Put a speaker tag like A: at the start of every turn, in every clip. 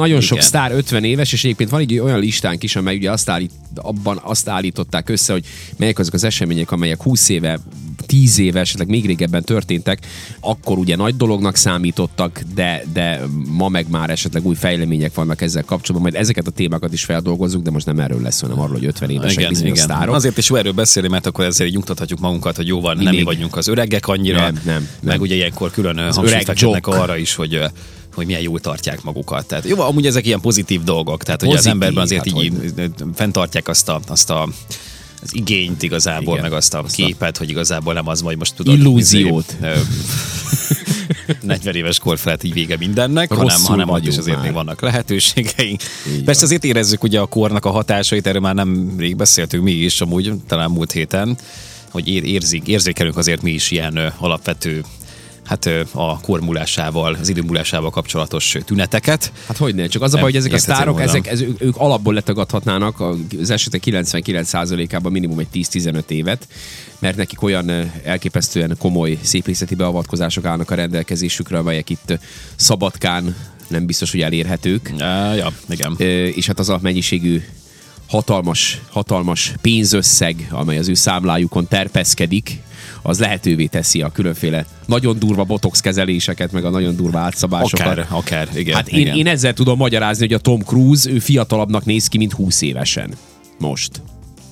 A: Nagyon sok
B: Igen.
A: sztár 50 éves, és egyébként van egy olyan listánk is, amely ugye azt állít, abban azt állították össze, hogy melyek azok az események, amelyek 20 éve, 10 éve, esetleg még régebben történtek, akkor ugye nagy dolognak számítottak, de, de ma meg már esetleg új fejlemények vannak ezzel kapcsolatban. Majd ezeket a témákat is feldolgozzuk, de most nem erről lesz, hanem arról, hogy 50 évesek igen, bizonyos igen. sztárok.
B: Azért is jó erről beszélni, mert akkor ezért így nyugtathatjuk magunkat, hogy jóval nem mi
A: még-
B: vagyunk az öregek annyira.
A: Nem, nem, nem.
B: Meg ugye ilyenkor külön ö, hangsúlyt
A: öreg
B: fektetnek
A: joke.
B: arra is, hogy ö, hogy milyen jól tartják magukat. Tehát jó, amúgy ezek ilyen pozitív dolgok, tehát hogy az
A: Pozitív,
B: emberben azért
A: hát
B: így hogy... fenntartják azt a, azt a az igényt igazából,
A: Igen,
B: Igen, meg azt a
A: azt a-
B: képet, hogy igazából nem az, hogy most tudod...
A: Illúziót.
B: izé, ö, 40 éves kor felett így vége mindennek, hanem,
A: Rosszul
B: hanem ott is
A: vagyunk
B: azért
A: már.
B: még vannak lehetőségeink. Persze azért érezzük ugye a kornak a hatásait, erről már nem rég beszéltünk mi is, amúgy talán múlt héten, hogy ér- érzik, érzékelünk azért mi is ilyen ö, alapvető hát ö, a kormulásával, az időmúlásával kapcsolatos ö, tüneteket.
A: Hát hogy ne, csak az a baj, hogy ezek a
B: Érthetetlen
A: sztárok,
B: módon.
A: ezek, ez, ők, ők alapból letagadhatnának az esetek 99%-ában minimum egy 10-15 évet, mert nekik olyan ö, elképesztően komoly szépészeti beavatkozások állnak a rendelkezésükre, amelyek itt ö, szabadkán nem biztos, hogy elérhetők.
B: Uh, ja, igen.
A: Ö, és hát az a mennyiségű hatalmas, hatalmas pénzösszeg, amely az ő számlájukon terpeszkedik, az lehetővé teszi a különféle nagyon durva botox kezeléseket, meg a nagyon durva átszabásokat.
B: Akár, akár, igen.
A: Hát én,
B: igen.
A: én ezzel tudom magyarázni, hogy a Tom Cruise ő fiatalabbnak néz ki, mint 20 évesen. Most.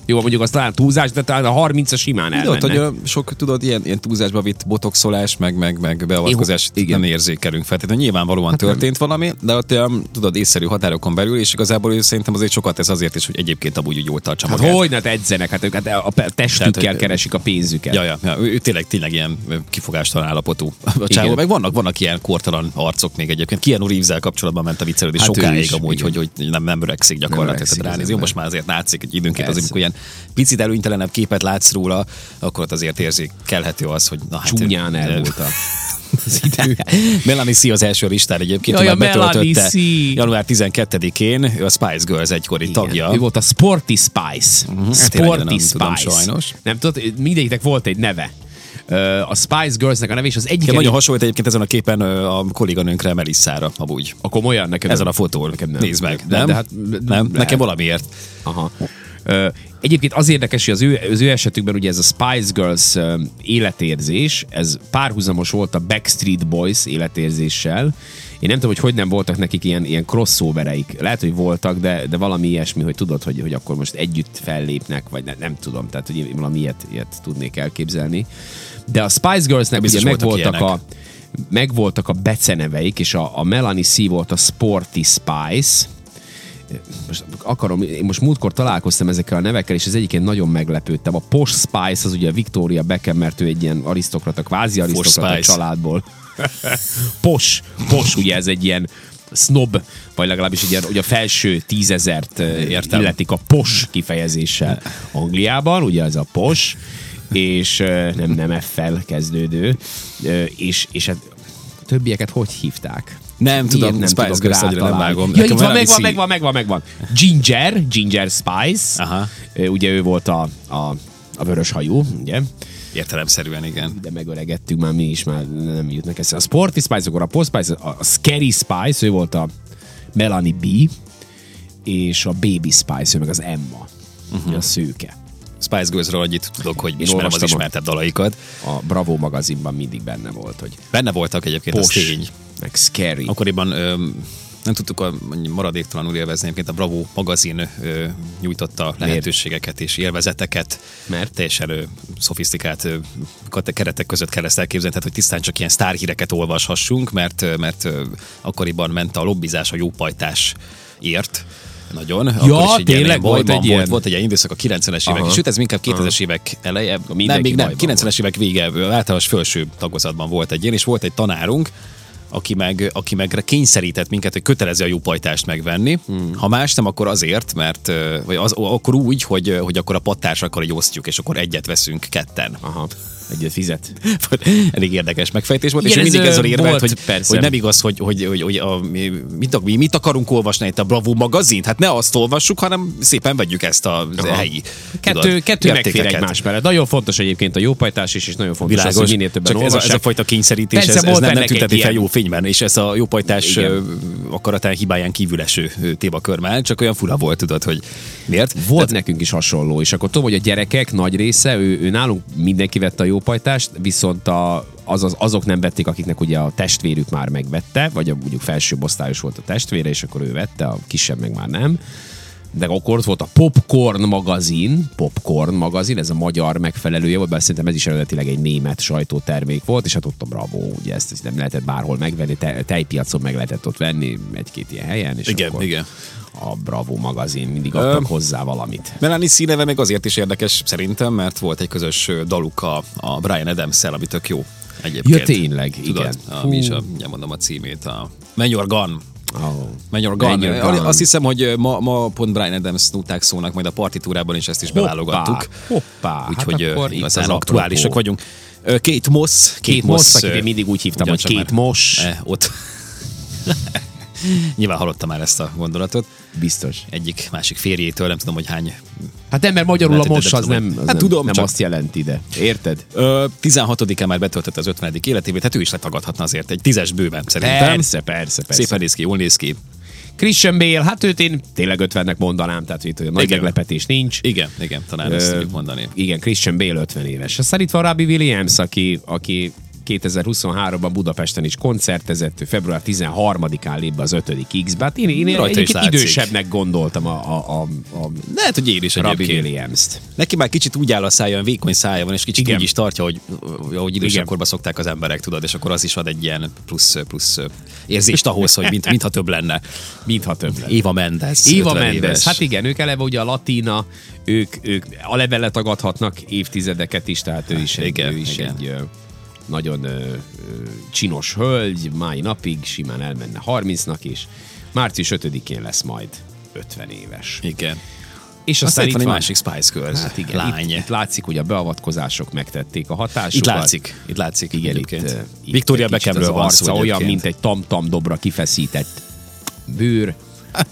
A: Jó, mondjuk az talán túlzás, de talán a 30-a simán
B: Tudod,
A: elmenne.
B: hogy ö, sok, tudod, ilyen, ilyen túlzásba vitt botoxolás, meg, meg, meg beavatkozás,
A: Én- igen.
B: nem érzékelünk feltétlenül. Nyilvánvalóan hát történt nem. valami, de ott olyan, tudod, észszerű határokon belül, és igazából ő szerintem azért sokat tesz azért is, hogy egyébként amúgy úgy jól tartsa
A: Hát
B: magát.
A: hogy ne edzenek, hát ők hát a pe- testükkel
B: Tehát, hogy-
A: keresik a pénzüket.
B: Ja, ja, ja, ő, ő tényleg, tényleg ilyen ö, kifogástalan állapotú. A csávó,
A: Igen.
B: meg vannak, vannak ilyen kortalan arcok még egyébként. Keanu reeves kapcsolatban ment a viccelődés
A: Hát
B: hát
A: ő
B: sokáig
A: is,
B: amúgy,
A: igen.
B: hogy, hogy nem, nem öregszik gyakorlatilag.
A: öregszik
B: tehát
A: az
B: ránéz. Jó,
A: ember.
B: most már azért látszik, hogy időnként az,
A: Persze.
B: amikor ilyen picit előnytelenebb képet látsz róla, akkor ott azért érzékelhető az, hogy na, hát,
A: Csúnyán
B: ö,
A: elmúlt a- az idő.
B: Melanie C. az első listán egyébként,
A: Jaj,
B: ő már
A: a Melanie
B: betöltötte
A: C.
B: január 12-én, ő a Spice Girls egykori Igen. tagja.
A: Ő volt a Sporty Spice. Uh-huh.
B: Hát tényleg
A: Sporty
B: nem
A: Spice.
B: tudom sajnos.
A: Nem tudod, mindegyiknek volt egy neve. Ö, A Spice Girlsnek a neve, és az egyik...
B: Igen, nagyon hasonlít egyébként ezen a képen ö, a kolléganőnkre, Melissára, amúgy.
A: a komolyan nekem.
B: Ezen a fotón.
A: Nekem nem.
B: Nézd meg.
A: De,
B: Nem?
A: de hát,
B: nem?
A: lehet.
B: Nekem valamiért.
A: Aha. Ö, Egyébként az érdekes, hogy az ő, az ő esetükben ugye ez a Spice Girls ö, életérzés, ez párhuzamos volt a Backstreet Boys életérzéssel. Én nem tudom, hogy hogy nem voltak nekik ilyen, ilyen crossovereik. Lehet, hogy voltak, de, de valami ilyesmi, hogy tudod, hogy, hogy akkor most együtt fellépnek, vagy ne, nem tudom, tehát hogy én valami ilyet, ilyet tudnék elképzelni. De a Spice Girlsnek ugye
B: Biztos voltak
A: megvoltak a,
B: ilyenek.
A: megvoltak a beceneveik, és a, a Melanie C volt a Sporty Spice, most akarom, én most múltkor találkoztam ezekkel a nevekkel, és az egyiként nagyon meglepődtem. A Posh Spice, az ugye a Victoria Beckham, mert ő egy ilyen arisztokrata, kvázi arisztokrata
B: Spice.
A: családból. Posh, Posh ugye ez egy ilyen snob, vagy legalábbis egy ilyen, hogy a felső tízezert ö,
B: Értem.
A: illetik a pos kifejezéssel Angliában, ugye ez a pos, és ö, nem, nem F-fel kezdődő, ö, és, és hát többieket hogy hívták?
B: Nem tudom,
A: Miért
B: Spice
A: tudok
B: Girls
A: rá
B: annyira nem
A: találni?
B: vágom.
A: Ja,
B: Nekem izé-
A: itt van,
B: valami
A: megvan,
B: szí-
A: megvan, megvan, megvan. Ginger, Ginger Spice.
B: Aha.
A: Ö, Ugye ő volt a, a, a vörös hajú, ugye?
B: Értelemszerűen, igen.
A: De megöregettünk már mi is, már nem jutnak ezt. A Sporty Spice, akkor a Post Spice, a a Scary Spice, ő volt a Melanie B, és a Baby Spice, ő meg az Emma,
B: Mhm.
A: uh-huh. a szőke.
B: Spice Girls-ról annyit tudok, hogy ismerem az
A: olvastam a-
B: ismertebb dalaikat.
A: A Bravo magazinban mindig benne volt, hogy
B: Benne voltak egyébként, az
A: Pos,
B: tény.
A: meg Scary.
B: Akkoriban öm, nem tudtuk a mondjuk maradéktalanul élvezni, egyébként a Bravo magazin ö, nyújtotta lehetőségeket és élvezeteket,
A: Mert?
B: teljesen ö, szofisztikált ö, kate- keretek között kell ezt elképzelni, tehát hogy tisztán csak ilyen sztárhíreket olvashassunk, mert, ö, mert ö, akkoriban ment a lobbizás a jópajtás ért, nagyon. Akkor is egy ilyen-
A: tényleg volt
B: bajban
A: egy ilyen?
B: Volt, volt egy ilyen időszak a 90-es évek,
A: Aha.
B: sőt ez inkább 2000-es évek eleje, nem,
A: mindenki
B: még nem,
A: bajban
B: 90-es évek vége, ö, általános felső tagozatban volt egy ilyen, és volt egy tanárunk, aki meg, aki meg kényszerített minket, hogy kötelező a jópajtást megvenni. Hmm. Ha más nem, akkor azért, mert ö, vagy az, akkor úgy, hogy, hogy akkor a pattárs akkor így osztjuk, és akkor egyet veszünk ketten.
A: Aha. hogy fizet.
B: Elég érdekes megfejtés volt,
A: Igen,
B: és ő
A: ez,
B: mindig
A: ö,
B: ezzel érvelt,
A: volt,
B: hogy,
A: persze.
B: hogy nem igaz, hogy, hogy, hogy, hogy a, mi, mit, mi mit akarunk olvasni itt a Bravo magazint? Hát ne azt olvassuk, hanem szépen vegyük ezt a az
A: Aha.
B: helyi
A: Kettő,
B: tudod,
A: kettő megfér
B: értékeket.
A: egymás mellett. Nagyon fontos egyébként a jópajtás is, és nagyon fontos
B: Világos,
A: az, hogy minél többen
B: Csak ez a, ez a
A: olvassák.
B: fajta kényszerítés,
A: Persze,
B: ez, ez
A: volt
B: nem, nem
A: ennek
B: tünteti
A: egy
B: fel
A: ilyen.
B: jó fényben, és ez a jópajtás
A: Igen.
B: ö, akaratán hibáján kívül eső ö, témakörmel, csak olyan fura volt, tudod, hogy miért?
A: Volt nekünk is hasonló, és akkor tudom, hogy a gyerekek nagy része, ő, ő nálunk mindenki vette a jópajtást, viszont a, azaz, azok nem vették, akiknek ugye a testvérük már megvette, vagy a mondjuk felsőbb osztályos volt a testvére, és akkor ő vette, a kisebb meg már nem. De akkor ott volt a Popcorn magazin, Popcorn magazin, ez a magyar megfelelője volt, bár szerintem ez is eredetileg egy német sajtótermék volt, és hát ott a Bravo, ugye ezt, ezt nem lehetett bárhol megvenni, te, tejpiacon meg lehetett ott venni egy-két ilyen helyen, és
B: Igen,
A: akkor
B: igen.
A: a Bravo magazin, mindig adtak hozzá valamit.
B: Melanie színeve még azért is érdekes szerintem, mert volt egy közös ö, daluk a, a Brian adams ami tök jó egyébként.
A: Ja, tényleg, igen.
B: Tudod, a,
A: Fú.
B: mi is a, nem mondom a címét, a Man Your Gun.
A: Oh.
B: Man Your Gun.
A: Man Your Gun.
B: Azt hiszem, hogy ma, ma pont Brian Adams nóták szólnak, majd a partitúrában is ezt is beválogattuk.
A: hoppá,
B: Úgyhogy
A: hát
B: hát
A: akkor
B: igazán
A: itt az
B: aktuálisak
A: apropó.
B: vagyunk. Ö, Kate Moss.
A: Két Moss, akit
B: ö,
A: én mindig úgy hívtam, hogy
B: ugyancsak
A: két
B: már-
A: Moss.
B: Eh, ott. Nyilván hallottam már ezt a gondolatot.
A: Biztos.
B: Egyik másik férjétől, nem tudom, hogy hány
A: Hát nem, mert magyarul a
B: Lehet,
A: Moss
B: de
A: az
B: tudom,
A: nem, az
B: hát
A: nem,
B: tudom,
A: nem
B: csak-
A: azt jelenti, de érted?
B: Ö, 16-án már betöltötte az 50. életévét, hát ő is letagadhatna azért egy tízes bőven szerintem.
A: Persze, persze, persze.
B: Szépen néz ki, jól néz ki.
A: Christian Bale, hát őt én tényleg 50-nek mondanám, tehát itt olyan nagy
B: Igen.
A: meglepetés nincs.
B: Igen, igen, talán
A: Ö,
B: ezt Hát tudjuk mondani.
A: Igen, Christian Bale 50 éves. Aztán itt van Robbie Williams, aki, aki 2023-ban Budapesten is koncertezett, ő február 13-án lép be az 5. X-be. Hát én, én
B: Rajta is
A: egyébként
B: látszik.
A: idősebbnek gondoltam a, a, a, a
B: Lehet, hát, hogy én is
A: Robbie
B: egyébként.
A: Williams-t.
B: Neki már kicsit úgy áll a szája, olyan vékony szája van, és kicsit
A: Igen.
B: úgy is tartja, hogy, hogy idősebb
A: Igen.
B: korban szokták az emberek, tudod, és akkor az is ad egy ilyen plusz, plusz érzést ahhoz, hogy mint, mintha több lenne.
A: Mintha több lett.
B: Éva Mendez.
A: Éva
B: 50 éves.
A: Mendes. Hát igen, ők eleve ugye a latina, ők, ők a levele tagadhatnak évtizedeket is, tehát ő is egy,
B: Igen,
A: ő is
B: igen.
A: egy ö, nagyon ö, ö, csinos hölgy, mai napig simán elmenne 30-nak is. Március 5-én lesz majd 50 éves.
B: igen.
A: És
B: Aztán
A: aztán
B: itt van egy
A: van-
B: másik Spice Girls
A: Hát igen,
B: lány.
A: Itt, itt látszik, hogy a beavatkozások megtették a hatásukat.
B: Itt látszik, itt látszik.
A: Igen, itt,
B: egyébként.
A: ö, itt
B: Victoria
A: egy kicsit
B: Beckhamről
A: az
B: van szó
A: arca olyan,
B: egyébként.
A: mint egy tamtam dobra kifeszített bőr.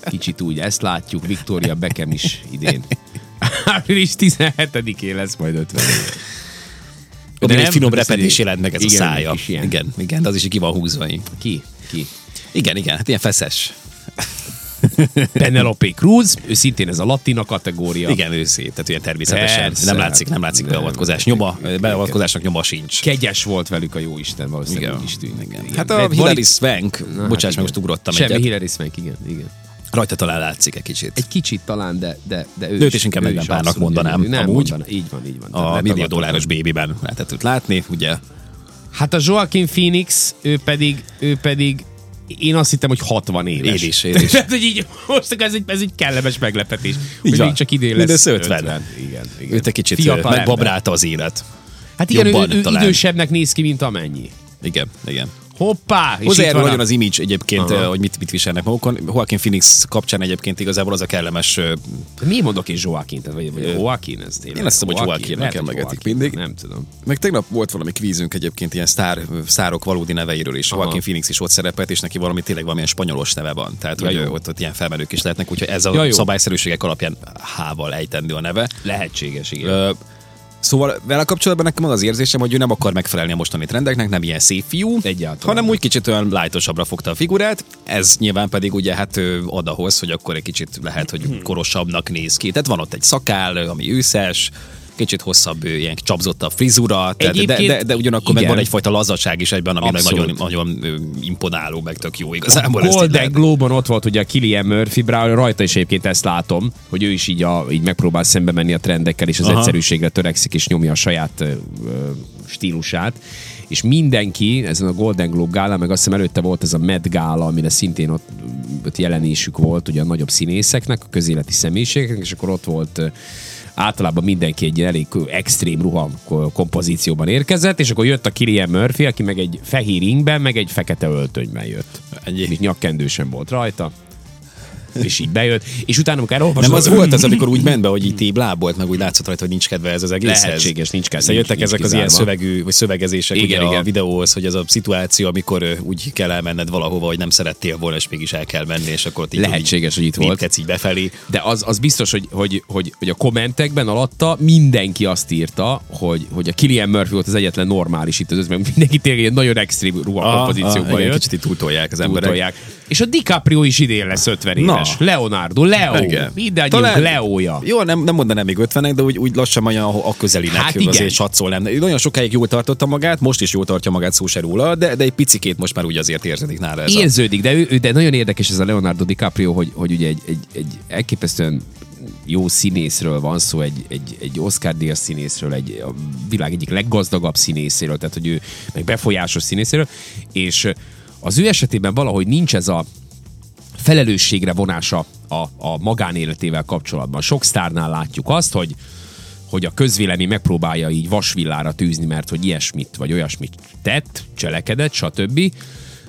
A: Kicsit úgy ezt látjuk, Victoria Beckham is idén. Április 17-én lesz majd 50 év.
B: De egy
A: nem?
B: finom
A: Ez
B: repetés
A: egy-
B: jelent meg ez
A: igen,
B: a szája.
A: egy kis ilyen.
B: Igen, igen, az is ki van húzva. így.
A: Ki? Ki?
B: Igen, igen, hát ilyen feszes.
A: Penelope Cruz, ő szintén ez a latina kategória.
B: Igen, őszi, tehát ilyen természetesen.
A: Persze.
B: Nem látszik, nem látszik
A: Nem.
B: beavatkozás. Nyoma, beavatkozásnak nyoma sincs.
A: Kegyes volt velük a jó Isten, valószínűleg
B: Igen.
A: úgy is tűnik.
B: igen. Hát a
A: De van
B: Hilary
A: itt-
B: Swank,
A: Na, hát
B: bocsáss meg,
A: igen.
B: most ugrottam
A: Semmi
B: egyet.
A: Hilary Swank, igen, igen.
B: Rajta talán látszik egy kicsit.
A: Egy kicsit talán, de, de, de ő
B: Őt is inkább
A: ő
B: Meghan Párnak
A: abszolút
B: mondanám,
A: gyönyörű. Nem,
B: amúgy.
A: mondaná. Így van, így van. Tehát
B: A
A: letagadható.
B: millió dolláros bébiben lehetett őt látni, ugye?
A: Hát a Joaquin Phoenix, ő pedig, ő pedig én azt hittem, hogy 60 éves.
B: Én is, én is.
A: Tehát, hogy így, most akkor ez egy, ez egy kellemes meglepetés. Hogy
B: van.
A: még csak idén lesz.
B: Mindössze 50.
A: Igen, igen.
B: Őt egy kicsit ö,
A: Fiatal ember.
B: megbabrálta az élet.
A: Hát igen, ő,
B: jobban
A: ő
B: talán.
A: idősebbnek néz ki, mint amennyi.
B: Igen, igen.
A: Hoppá! és itt
B: Hozzájárul
A: van a-
B: nagyon az image egyébként,
A: Aha.
B: ö, hogy mit, mit viselnek magukon. Joaquin Phoenix kapcsán egyébként igazából az a kellemes ö,
A: Miért mondok én Joaquin? Tehát, vagy, vagy Joaquin ez tényleg?
B: Én azt hiszem, hogy
A: Joaquin,
B: Joaquinnak
A: lehet, hogy
B: emlegetik
A: Joaquin,
B: mindig.
A: Nem tudom.
B: Meg tegnap volt valami kvízünk egyébként ilyen sztár, sztárok valódi neveiről, és Joaquin Phoenix is ott szerepelt, és neki valami tényleg valamilyen spanyolos neve van. Tehát,
A: Ja,
B: hogy
A: jó.
B: ő- ott, ott ilyen felmerők is lehetnek, úgyhogy ez a
A: Ja, jó.
B: szabályszerűségek alapján H-val ejtendő a neve.
A: Lehetséges, igen.
B: Ö, Szóval vele kapcsolatban nekem az az érzésem, hogy ő nem akar megfelelni a mostani trendeknek, nem ilyen szép fiú,
A: Egyáltalán
B: hanem
A: nem.
B: úgy kicsit olyan lájtosabbra fogta a figurát. Ez nyilván pedig ugye hát ö, ad ahhoz, hogy akkor egy kicsit lehet,
A: Hmm.
B: hogy korosabbnak néz ki. Tehát van ott egy szakál, ö, ami őszes, kicsit hosszabb, ö, ilyen csapzottabb frizura, tehát, de,
A: Egyébként
B: de, de, ugyanakkor meg
A: igen.
B: van egyfajta lazaság is egyben, ami meg
A: Abszolút.
B: nagyon, nagyon ö, imponáló, meg tök jó
A: A
B: igazából. ezt így
A: Golden
B: lehet-
A: Globe-on ott volt ugye a Killian Murphy, Brown, rajta is egyébként ezt látom, hogy ő is így, a, így megpróbál szembe menni a trendekkel, és az
B: Aha.
A: egyszerűségre törekszik, és nyomja a saját ö, ö, stílusát. És mindenki ezen a Golden Globe gálán, meg azt hiszem előtte volt ez a Met gála, amire szintén ott, ott jelenésük volt ugye a nagyobb színészeknek, a közéleti személyiségeknek, és akkor ott volt ö, általában mindenki egy ilyen elég extrém ruha ko- kompozícióban érkezett, és akkor jött a Killian Murphy, aki meg egy fehér ingben, meg egy fekete öltönyben jött
B: Ennyi.
A: még nyakkendő sem volt rajta. és így bejött, és utána, amikor elolvasod...
B: Nem az volt az, amikor úgy ment be, hogy így téblábolt, meg úgy látszott rajta, hogy nincs kedve ez az egészhez.
A: Lehetséges, nincs kedve,
B: Aztán jöttek
A: nincs
B: ezek az ilyen
A: kizárva.
B: szövegű, vagy szövegezések
A: Igen,
B: igen, ugye igen.
A: igen.
B: a videóhoz, hogy az a szituáció, amikor ö, úgy kell elmenned valahova, hogy nem szerettél volna, és mégis el kell menni, és akkor ott így,
A: Lehetséges, hogy itt volt.
B: lépkedsz így befelé.
A: De az, az biztos, hogy, hogy, hogy, hogy a kommentekben alatta mindenki azt írta, hogy, hogy a Killian Murphy volt az egyetlen normális itt az öt, mert mindenki tényleg ilyen nagyon extrém ruha
B: igen,
A: pozícióban jött.
B: Kicsit így túltolják az emberek.
A: Túltolják. És a DiCaprio is idén lesz 50 éves.
B: Na.
A: Leonardo, Leo.
B: Igen.
A: Mindennyiunk Leója.
B: Jó, nem, nem mondanám még 50 de úgy, úgy lassan majd a, a közelinek
A: Hát
B: hát
A: igen.
B: azért satszol nem. Ő nagyon sokáig jól tartotta magát, most is jól tartja magát szó se róla, de, de egy picikét most már úgy azért érződik nála ez a...
A: Érződik, de, ő, ő- de nagyon érdekes ez a Leonardo DiCaprio, hogy, hogy ugye egy, egy, egy elképesztően jó színészről van szó, egy, egy, egy Oscar díjas színészről, egy a világ egyik leggazdagabb színészéről, tehát hogy ő meg befolyásos színészéről, és az ő esetében valahogy nincs ez a felelősségre vonása a, a magánéletével kapcsolatban. Sok sztárnál látjuk azt, hogy hogy a közvélemény megpróbálja így vasvillára tűzni, mert hogy ilyesmit vagy olyasmit tett, cselekedett, stb.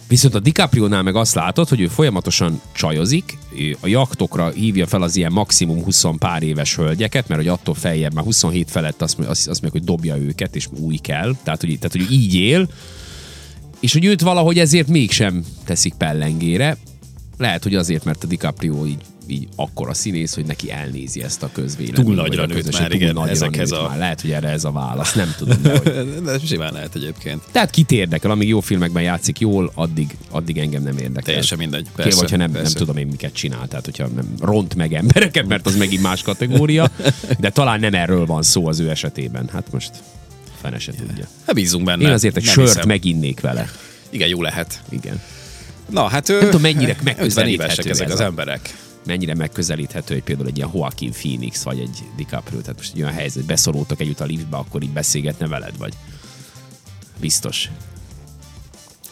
A: Viszont a DiCaprio-nál meg azt látod, hogy ő folyamatosan csajozik, ő a jaktokra hívja fel az ilyen maximum 20 pár éves hölgyeket, mert hogy attól feljebb, már 27 felett azt, azt, azt mondják, hogy dobja őket, és új kell. Tehát, hogy, tehát, hogy így él, és hogy őt valahogy ezért mégsem teszik pellengére. Lehet, hogy azért, mert a DiCaprio így, így akkora színész, hogy neki elnézi ezt a közvéleményt.
B: Túl nagyra
A: vagy a
B: nőtt
A: közönség,
B: már,
A: túl
B: igen,
A: nagyra
B: ezekhez
A: nőtt
B: a-
A: már. Lehet, hogy erre ez a válasz, nem tudom. De hogy...
B: De simán lehet egyébként.
A: Tehát kit érdekel, amíg jó filmekben játszik jól, addig, addig engem nem érdekel.
B: Teljesen mindegy, persze,
A: Kérem, hogyha nem, nem
B: persze.
A: tudom én miket csinál, tehát hogyha nem ront meg embereket, mert az megint más kategória, de talán nem erről van szó az ő esetében. Hát most fene se tudja.
B: Hát bízunk benne.
A: Én azért egy
B: Nem
A: sört
B: hiszem.
A: meginnék vele.
B: Igen, jó lehet.
A: Igen.
B: Na, hát ő...
A: tudom, mennyire
B: 50
A: megközelíthető
B: évesek ezek
A: ez
B: az
A: a-
B: emberek.
A: mennyire megközelíthető egy például egy ilyen Joaquin Phoenix, vagy egy DiCaprio, tehát most egy olyan helyzet, beszorultak együtt a liftbe, akkor így beszélgetne veled, vagy biztos.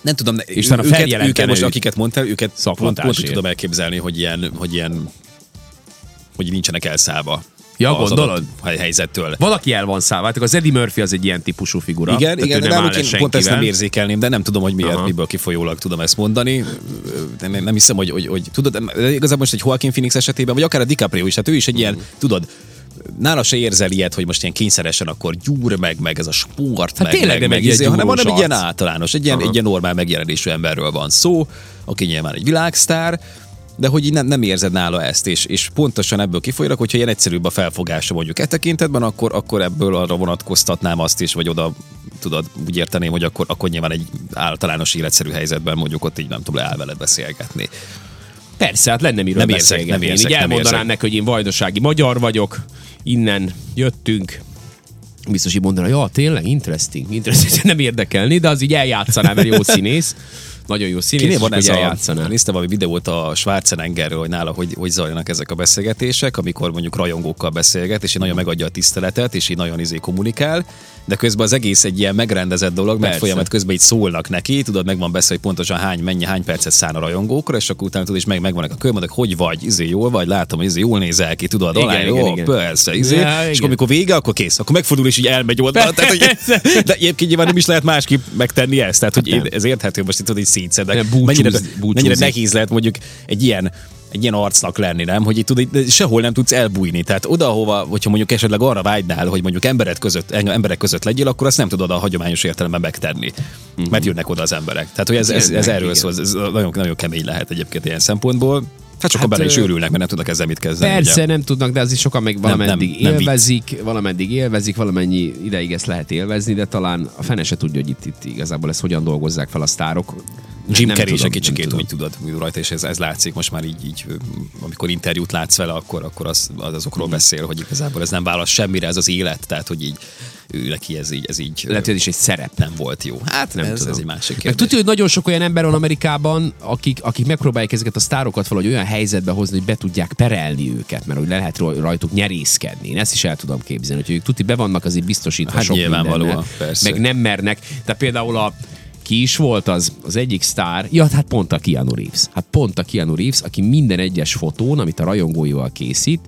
B: Nem tudom, de
A: És utána
B: őket,
A: feljelentene
B: őket most,
A: őt.
B: akiket mondtál, őket pont, pont úgy
A: Szakmunkásért.
B: tudom elképzelni, hogy ilyen, hogy ilyen, hogy nincsenek elszállva.
A: Ja,
B: az
A: gondolod?
B: adott helyzettől.
A: Valaki el van szállva, hát az Eddie Murphy az egy ilyen típusú figura.
B: Igen,
A: tehát
B: igen,
A: ő
B: de
A: nem áll
B: náluk
A: le
B: én pont ezt
A: senkivel.
B: nem érzékelném, de nem tudom, hogy miért,
A: Aha.
B: miből kifolyólag tudom ezt mondani. Ö, Nem, nem hiszem, hogy, hogy, hogy tudod, de igazából most egy Joaquin Phoenix esetében, vagy akár a DiCaprio is, hát ő is egy
A: Mhm.
B: ilyen, tudod, nála se érzel ilyet, hogy most ilyen kényszeresen akkor gyúr meg, meg ez a sport, hát meg,
A: tényleg
B: meg,
A: nem
B: meg
A: egy ilyen
B: izé, hanem,
A: gyúrós
B: hanem egy ilyen
A: arc.
B: általános, egy ilyen, egy ilyen normál megjelenésű emberről van szó, aki nyilván egy világsztár, de hogy így nem, nem érzed nála ezt, és, és pontosan ebből kifolyólag, hogyha ilyen egyszerűbb a felfogása mondjuk e tekintetben, akkor, akkor ebből arra vonatkoztatnám azt is, vagy oda tudod, úgy érteném, hogy akkor, akkor nyilván egy általános életszerű helyzetben mondjuk ott így nem tudom leáll veled beszélgetni.
A: Persze, hát lenne miről
B: Nem érzek,
A: beszélgetni.
B: nem érzek,
A: Én így
B: nem
A: elmondanám
B: érzek.
A: neki, hogy én vajdasági magyar vagyok, innen jöttünk, biztos így mondaná, ja, tényleg, interesting, interesting, nem érdekelni, de az így eljátszaná, mert jó színész. Nagyon jó színész,
B: Kinél
A: és
B: van
A: hogy
B: ez a...
A: eljátszaná.
B: Néztem valami videót a Schwarzeneggerről, hogy nála, hogy, hogy zajlanak ezek a beszélgetések, amikor mondjuk rajongókkal beszélget, és így nagyon megadja a tiszteletet, és így nagyon izé kommunikál, de közben az egész egy ilyen megrendezett dolog, mert
A: Persze.
B: folyamat közben így szólnak neki, tudod, meg van beszélve, hogy pontosan hány, mennyi, hány percet szán a rajongókra, és akkor utána tudod, és meg, megvannak a körmödök, hogy vagy, izé jól vagy, látom, hogy izé jól nézel ki, tudod,
A: Igen,
B: alá,
A: igen,
B: jó,
A: igen.
B: persze, izé,
A: Ja,
B: és
A: igen.
B: akkor, amikor vége, akkor kész, akkor megfordul, és így elmegy oldalt. Tehát, hogy, de egyébként nyilván nem is lehet másképp megtenni ezt, tehát hogy
A: nem.
B: én, ez érthető, most itt tudod, így szétszed,
A: Nem,
B: mennyire,
A: búcsúz-
B: mennyire,
A: búcsúzik.
B: mennyire nehéz lehet mondjuk egy ilyen egy ilyen arcnak lenni, nem? Hogy itt tudod, de sehol nem tudsz elbújni. Tehát oda, hova, hogyha mondjuk esetleg arra vágynál, hogy mondjuk emberek között, emberek között legyél, akkor azt nem tudod a hagyományos értelemben megtenni. Mert jönnek oda az emberek. Tehát, hogy ez, ez, ez
A: Jönnek,
B: erről
A: Mhm. igen.
B: szól, ez- ez nagyon, nagyon kemény lehet egyébként ilyen szempontból. Hát sokan
A: Hát,
B: hát, bele is
A: ö,
B: őrülnek, mert nem tudnak ezzel mit kezdeni.
A: Persze,
B: ugye?
A: nem tudnak, de azért sokan meg valameddig
B: nem vicc.
A: élvezik, valameddig élvezik, valamennyi ideig ezt lehet élvezni, de talán a fene se tudja, hogy itt, itt igazából ezt hogyan dolgozzák fel a sztárok.
B: Jim
A: Nem
B: Carrey is egy
A: tudom, nem
B: kicsikét
A: tudom.
B: úgy tudod úgy rajta, és ez, ez látszik most már így, így, ö, amikor interjút látsz vele, akkor, akkor az, az azokról beszél, hogy igazából ez nem válasz semmire, ez az élet, tehát hogy így ő neki ez így, ez így ö,
A: Lehet, hogy ez is egy szerep.
B: nem volt jó. Hát
A: Nem
B: nem ez,
A: tudom.
B: ez egy másik
A: Meg
B: kérdés.
A: tudja, hogy nagyon sok olyan ember van Amerikában, akik, akik megpróbálják ezeket a sztárokat valahogy olyan helyzetbe hozni, hogy be tudják perelni őket, mert úgy le lehet raj- rajtuk nyerészkedni. Én ezt is el tudom képzelni, hogy ők tuti be vannak azért biztosítva
B: Hát
A: sok
B: nyilvánvalóan,
A: mindennel,
B: persze.
A: Meg nem mernek. De például a ki is volt az, az egyik sztár, ja, hát pont a Keanu Reeves. Hát pont a Keanu Reeves, aki minden egyes fotón, amit a rajongóival készít,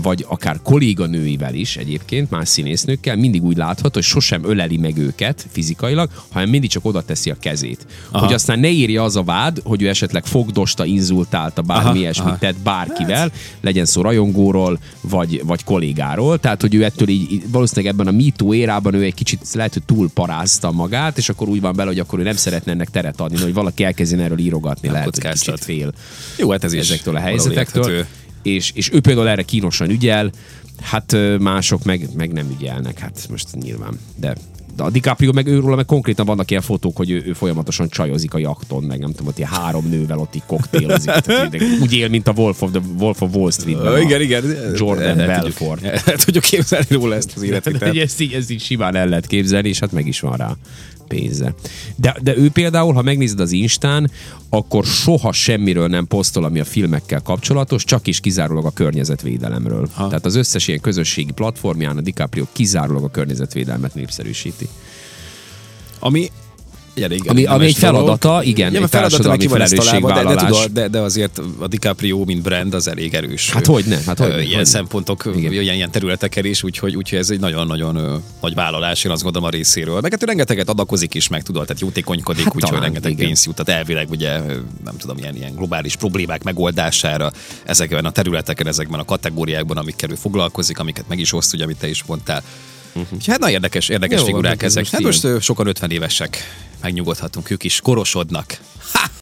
A: vagy akár kolléganőivel is egyébként, más színésznőkkel, mindig úgy láthat, hogy sosem öleli meg őket fizikailag, hanem mindig csak oda teszi a kezét. Aha. Hogy aztán ne írja az a vád, hogy ő esetleg fogdosta, inzultálta, bármi aha, ilyesmit aha. tett
B: Hát.
A: bárkivel, legyen szó rajongóról, vagy, vagy kollégáról. Tehát, hogy ő ettől így, így valószínűleg ebben a MeToo érában ő egy kicsit lehet, hogy túl parázta magát, és akkor úgy van bele, hogy akkor ő nem szeretne ennek teret adni, hogy valaki elkezdjen erről írogatni, nem lehet, kockáztat. hogy kicsit fél.
B: Jó, hát ez is
A: ezektől a helyzetektől és, és ő például erre kínosan ügyel, hát mások meg, meg nem ügyelnek, hát most nyilván, de de a DiCaprio meg őről, meg konkrétan vannak ilyen fotók, hogy ő, ő folyamatosan csajozik a jakton, meg nem tudom, ott ilyen három nővel ott így koktélozik. úgy él, mint a Wolf of, the, Wolf of Wall Street.
B: Uh, igen, igen.
A: Jordan el, Belfort.
B: Tudjuk, el, tudjuk képzelni róla ezt az életet.
A: ezt, így, ezt így simán el lehet képzelni, és hát meg is van rá pénze. De, de ő például, ha megnézed az Instán, akkor soha semmiről nem posztol, ami a filmekkel kapcsolatos, csak is kizárólag a környezetvédelemről. Ha. Tehát az összes ilyen közösségi platformján a DiCaprio kizárólag a környezetvédelmet népszerűsíti.
B: Ami elég,
A: ami, ami egy feladata, dolog. igen,
B: ja,
A: egy feladata
B: neki van ezt találva, de, de, tudod, de, de, azért a DiCaprio, mint brand, az elég erős.
A: Hát hogy nem, hát hogy nem,
B: Ilyen
A: hogy
B: szempontok, igen. Ilyen, ilyen területeken is, úgyhogy, úgyhogy ez egy nagyon-nagyon nagy vállalás, én azt gondolom a részéről. Meg hát ő rengeteget adakozik is, meg tudod, tehát jótékonykodik, hát úgyhogy rengeteg igen. pénzt jut, tehát elvileg ugye, nem tudom, ilyen, ilyen globális problémák megoldására ezekben a területeken, ezekben a kategóriákban, amikkel ő foglalkozik, amiket meg is oszt, ugye, amit te is mondtál.
A: Mhm.
B: Uh-huh. Hát na érdekes, érdekes Jó, figurák van, ezek. Most hát most sokan 50 évesek, megnyugodhatunk, ők is korosodnak. Ha!